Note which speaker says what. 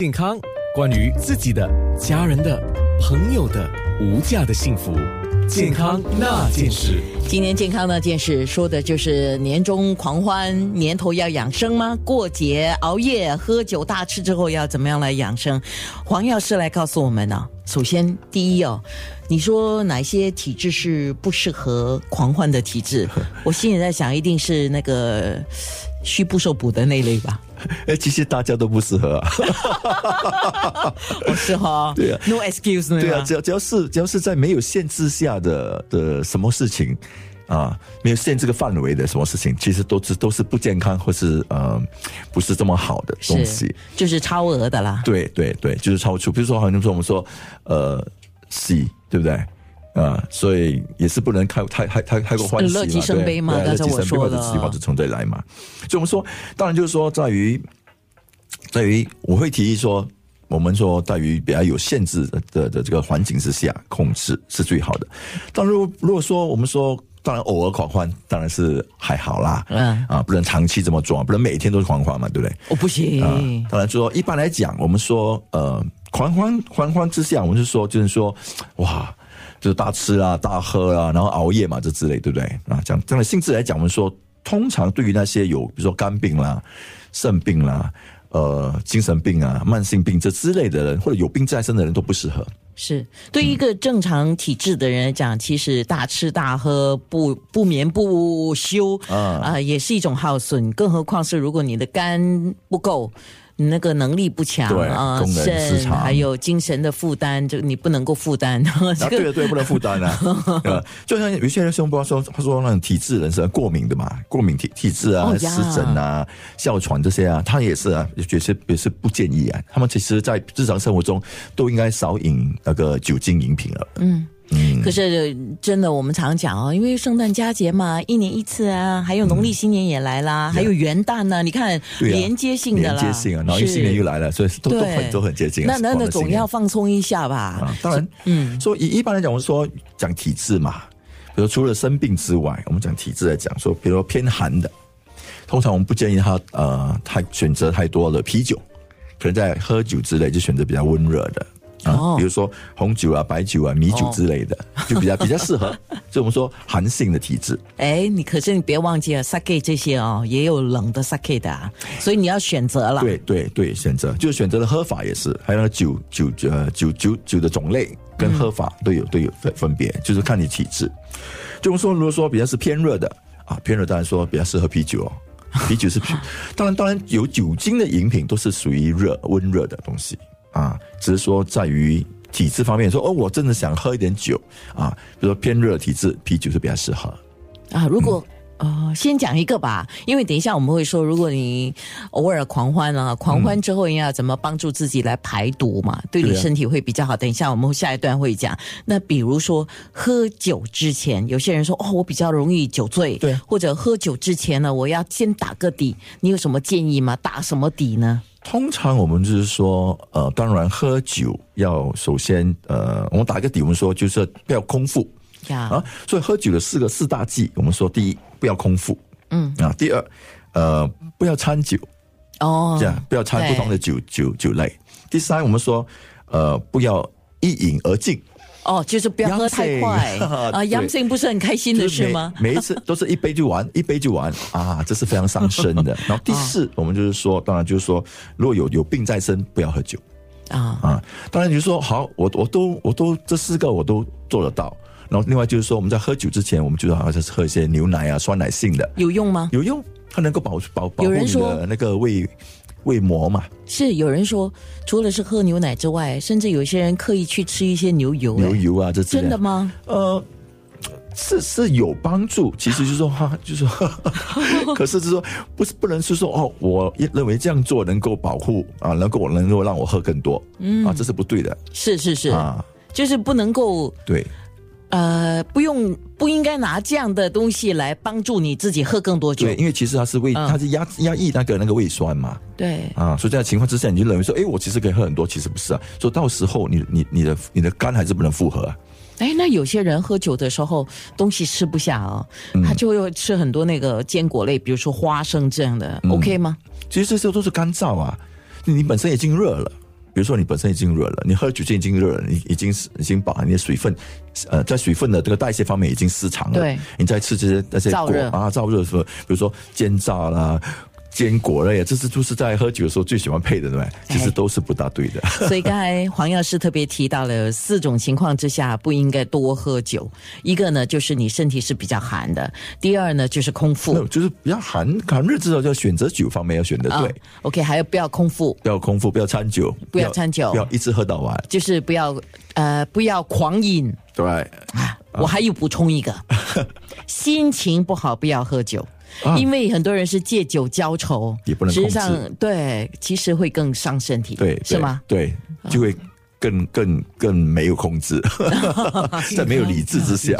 Speaker 1: 健康，关于自己的、家人的、朋友的无价的幸福，健康那件事。
Speaker 2: 今天健康那件事说的就是年终狂欢，年头要养生吗？过节熬夜、喝酒大吃之后要怎么样来养生？黄药师来告诉我们呢、首先，第一哦，你说哪些体质是不适合狂欢的体 质？我心里在想，一定是那个虚不受补的那类吧？
Speaker 3: 哎，其实大家都不适合啊。
Speaker 2: 我是哈、
Speaker 3: 对啊
Speaker 2: n o excuse
Speaker 3: 对啊，
Speaker 2: 吧
Speaker 3: 只要只要是只要是在没有限制下的的什么事情啊，没有限制个范围的什么事情，其实都是都是不健康或是呃不是这么好的东
Speaker 2: 是
Speaker 3: 西。
Speaker 2: 就是超额的啦。
Speaker 3: 对对对，就是超出。比如说，好像说我们说呃喜，对不对？啊、所以也是不能太太太太太过欢喜嘛，
Speaker 2: 乐极生悲嘛
Speaker 3: 对对
Speaker 2: 刚才我
Speaker 3: 乐极生
Speaker 2: 说
Speaker 3: 悲或
Speaker 2: 的
Speaker 3: 者喜，或者从这里来嘛。所以我们说，当然就是说，在于在于我会提议说，我们说在于比较有限制的的的这个环境之下控制是最好的。但如果如果说我们说，当然偶尔狂欢当然是还好啦，
Speaker 2: 嗯
Speaker 3: 啊，不能长期这么做，不能每天都是狂欢嘛，对不对？
Speaker 2: 我、哦不行。
Speaker 3: 啊，当然说一般来讲，我们说呃狂欢狂欢之下，我们是说就是说哇。就是大吃啊、大喝啊，然后熬夜嘛，这之类，对不对？啊，讲这样的性质来讲，我们说，通常对于那些有比如说肝病啦、肾病啦、呃精神病啊、慢性病这之类的人，或者有病在身的人都不适合。
Speaker 2: 是对于一个正常体质的人来讲，其实大吃大喝、不不眠不休啊、
Speaker 3: 啊
Speaker 2: 也是一种耗损。更何况是如果你的肝不够，你那个能力不强
Speaker 3: 对
Speaker 2: 啊，
Speaker 3: 功能失
Speaker 2: 肾
Speaker 3: 常
Speaker 2: 还有精神的负担，就你不能够负担 这
Speaker 3: 啊，对
Speaker 2: 个。
Speaker 3: 啊，对啊，不能负担 啊。呃，就像有些人胸包说，他说那种体质人是过敏的嘛，过敏体体质啊
Speaker 2: 哦、
Speaker 3: 湿
Speaker 2: 呀
Speaker 3: 疹啊、哮喘这些啊，他也是啊，也是也是不建议啊。他们其实，在日常生活中都应该少饮那个酒精饮品了。
Speaker 2: 嗯，
Speaker 3: 嗯，
Speaker 2: 可是真的，我们常讲哦，因为圣诞佳节嘛，一年一次啊，还有农历新年也来啦，还有元旦呢、你看、
Speaker 3: 对啊
Speaker 2: 连接性的
Speaker 3: 连
Speaker 2: 啦，
Speaker 3: 接性啊，然后新年又来了，所以都都
Speaker 2: 对
Speaker 3: 很都很接近啊。
Speaker 2: 那那
Speaker 3: 我们
Speaker 2: 那
Speaker 3: 的新
Speaker 2: 总
Speaker 3: 年
Speaker 2: 要放松一下吧。
Speaker 3: 啊，当然，嗯，所以一一般来讲，我们说讲体质嘛，比如除了生病之外，我们讲体质来讲，说比如说偏寒的，通常我们不建议他呃太选择太多的啤酒，可能在喝酒之类就选择比较温热的。啊
Speaker 2: 哦，
Speaker 3: 比如说红酒啊、白酒啊、米酒之类的，就比较比较适合，所以我们说寒性的体质。
Speaker 2: 哎，你可是你别忘记了，sake 这些哦，也有冷的 sake 的、啊，所以你要选择了。
Speaker 3: 对对对，选择就是选择的喝法也是，还有那个酒酒呃酒酒酒的种类跟喝法都有、都有分分别，就是看你体质。就是说，如果说比较是偏热的啊，偏热当然说比较适合啤酒哦。啤酒是，当然当然有酒精的饮品都是属于热温热的东西啊，只是说在于体质方面，说哦，我真的想喝一点酒啊，比如说偏热体质，啤酒是比较适合。
Speaker 2: 啊，如
Speaker 3: 嗯
Speaker 2: 果、呃，先讲一个吧，因为等一下我们会说，如果你偶尔狂欢啊，狂欢之后应该要怎么帮助自己来排毒嘛，对你
Speaker 3: 对啊
Speaker 2: 身体会比较好。等一下我们下一段会讲。那比如说喝酒之前，有些人说哦，我比较容易酒醉，
Speaker 3: 对啊
Speaker 2: 或者喝酒之前呢，我要先打个底，你有什么建议吗？打什么底呢？
Speaker 3: 通常我们就是说，呃，当然喝酒要首先，呃，我们打个底，我们说就是不要空腹
Speaker 2: 呀、
Speaker 3: 啊。所以喝酒的四个四大忌，我们说第一不要空腹，
Speaker 2: 嗯
Speaker 3: 啊，第二，呃，不要掺酒，
Speaker 2: 哦，
Speaker 3: 这样不要掺
Speaker 2: 对
Speaker 3: 不同的酒酒酒类。第三，我们说，呃，不要一饮而尽，
Speaker 2: 哦，就是不要喝太快
Speaker 3: Yamsing
Speaker 2: 啊！
Speaker 3: 对
Speaker 2: 阳性不是很开心的
Speaker 3: 就是
Speaker 2: 事
Speaker 3: 每
Speaker 2: 吗？
Speaker 3: 每一次都是一杯就完， 一杯就完啊，这是非常伤 身
Speaker 2: 哦
Speaker 3: 的。然后第四，我们就是说，当然就是说，如果有有病在身，不要喝酒。
Speaker 2: 啊，
Speaker 3: 啊。当然，你说好，我我都我都这四个我都做得到。然后另外就是说，我们在喝酒之前，我们就好像是喝一些牛奶啊、酸奶性的，
Speaker 2: 有用吗？
Speaker 3: 有用，它能够保保保
Speaker 2: 有
Speaker 3: 护
Speaker 2: 人
Speaker 3: 你
Speaker 2: 说
Speaker 3: 的那个胃胃膜嘛，
Speaker 2: 是有人说，除了是喝牛奶之外，甚至有些人刻意去吃一些牛油、
Speaker 3: 牛
Speaker 2: 哎
Speaker 3: 油啊这之类
Speaker 2: 真的？吗？
Speaker 3: 呃，是是有帮助，其实就是说哈，就是说， 可是就是说不是不能是说哦，我认为这样做能够保护啊，能够能够让我喝更多，嗯啊，这是不对的
Speaker 2: 是是是，
Speaker 3: 啊，
Speaker 2: 就是不能够
Speaker 3: 对。
Speaker 2: 呃，不用不应该拿这样的东西来帮助你自己喝更多酒
Speaker 3: 对，。因为其实它是胃，
Speaker 2: 嗯
Speaker 3: 它是压压抑那个那个胃酸嘛，
Speaker 2: 对，
Speaker 3: 啊，所以这样的情况之下，你就认为说，哎，我其实可以喝很多，其实不是啊，所以到时候你你你的你的肝还是不能负荷、啊，
Speaker 2: 哎，那有些人喝酒的时候东西吃不下啊、他就会吃很多那个坚果类，比如说花生这样的、o 嗯 k 吗？
Speaker 3: 其实这些都是干燥啊，你你本身已经热了，比如说你本身已经热了，你喝酒精已经热了，你已经已经把你的水分，呃，在水分的这个代谢方面已经失常了。
Speaker 2: 对，
Speaker 3: 你再吃这些那些
Speaker 2: 燥
Speaker 3: 果
Speaker 2: 热
Speaker 3: 啊燥热的时候，比如说煎炸啦。坚果类，啊这是就是在喝酒的时候最喜欢配的，对不对？
Speaker 2: 哎
Speaker 3: 其实都是不大对的。
Speaker 2: 所以刚才黄药师特别提到了四种情况之下不应该多喝酒，一个呢就是你身体是比较寒的，第二呢就是空腹
Speaker 3: 那就是比较寒寒热之后，要选择酒方面要选的
Speaker 2: 嗯
Speaker 3: 嗯对，
Speaker 2: 啊，OK，还有不要空腹，
Speaker 3: 不要空腹，不要掺酒，
Speaker 2: 不要掺酒
Speaker 3: 不要一直喝到完。
Speaker 2: 就是不要呃不要狂饮
Speaker 3: 对，
Speaker 2: 啊。我还有补充一个， 心情不好不要喝酒。
Speaker 3: 啊
Speaker 2: 因为很多人是借酒浇愁，
Speaker 3: 也不能
Speaker 2: 实际
Speaker 3: 控制
Speaker 2: 上对，其实会更伤身体，
Speaker 3: 对，
Speaker 2: 是
Speaker 3: 对
Speaker 2: 吗？？啊
Speaker 3: 对， 就会更更更没有控制，在没有理智之下，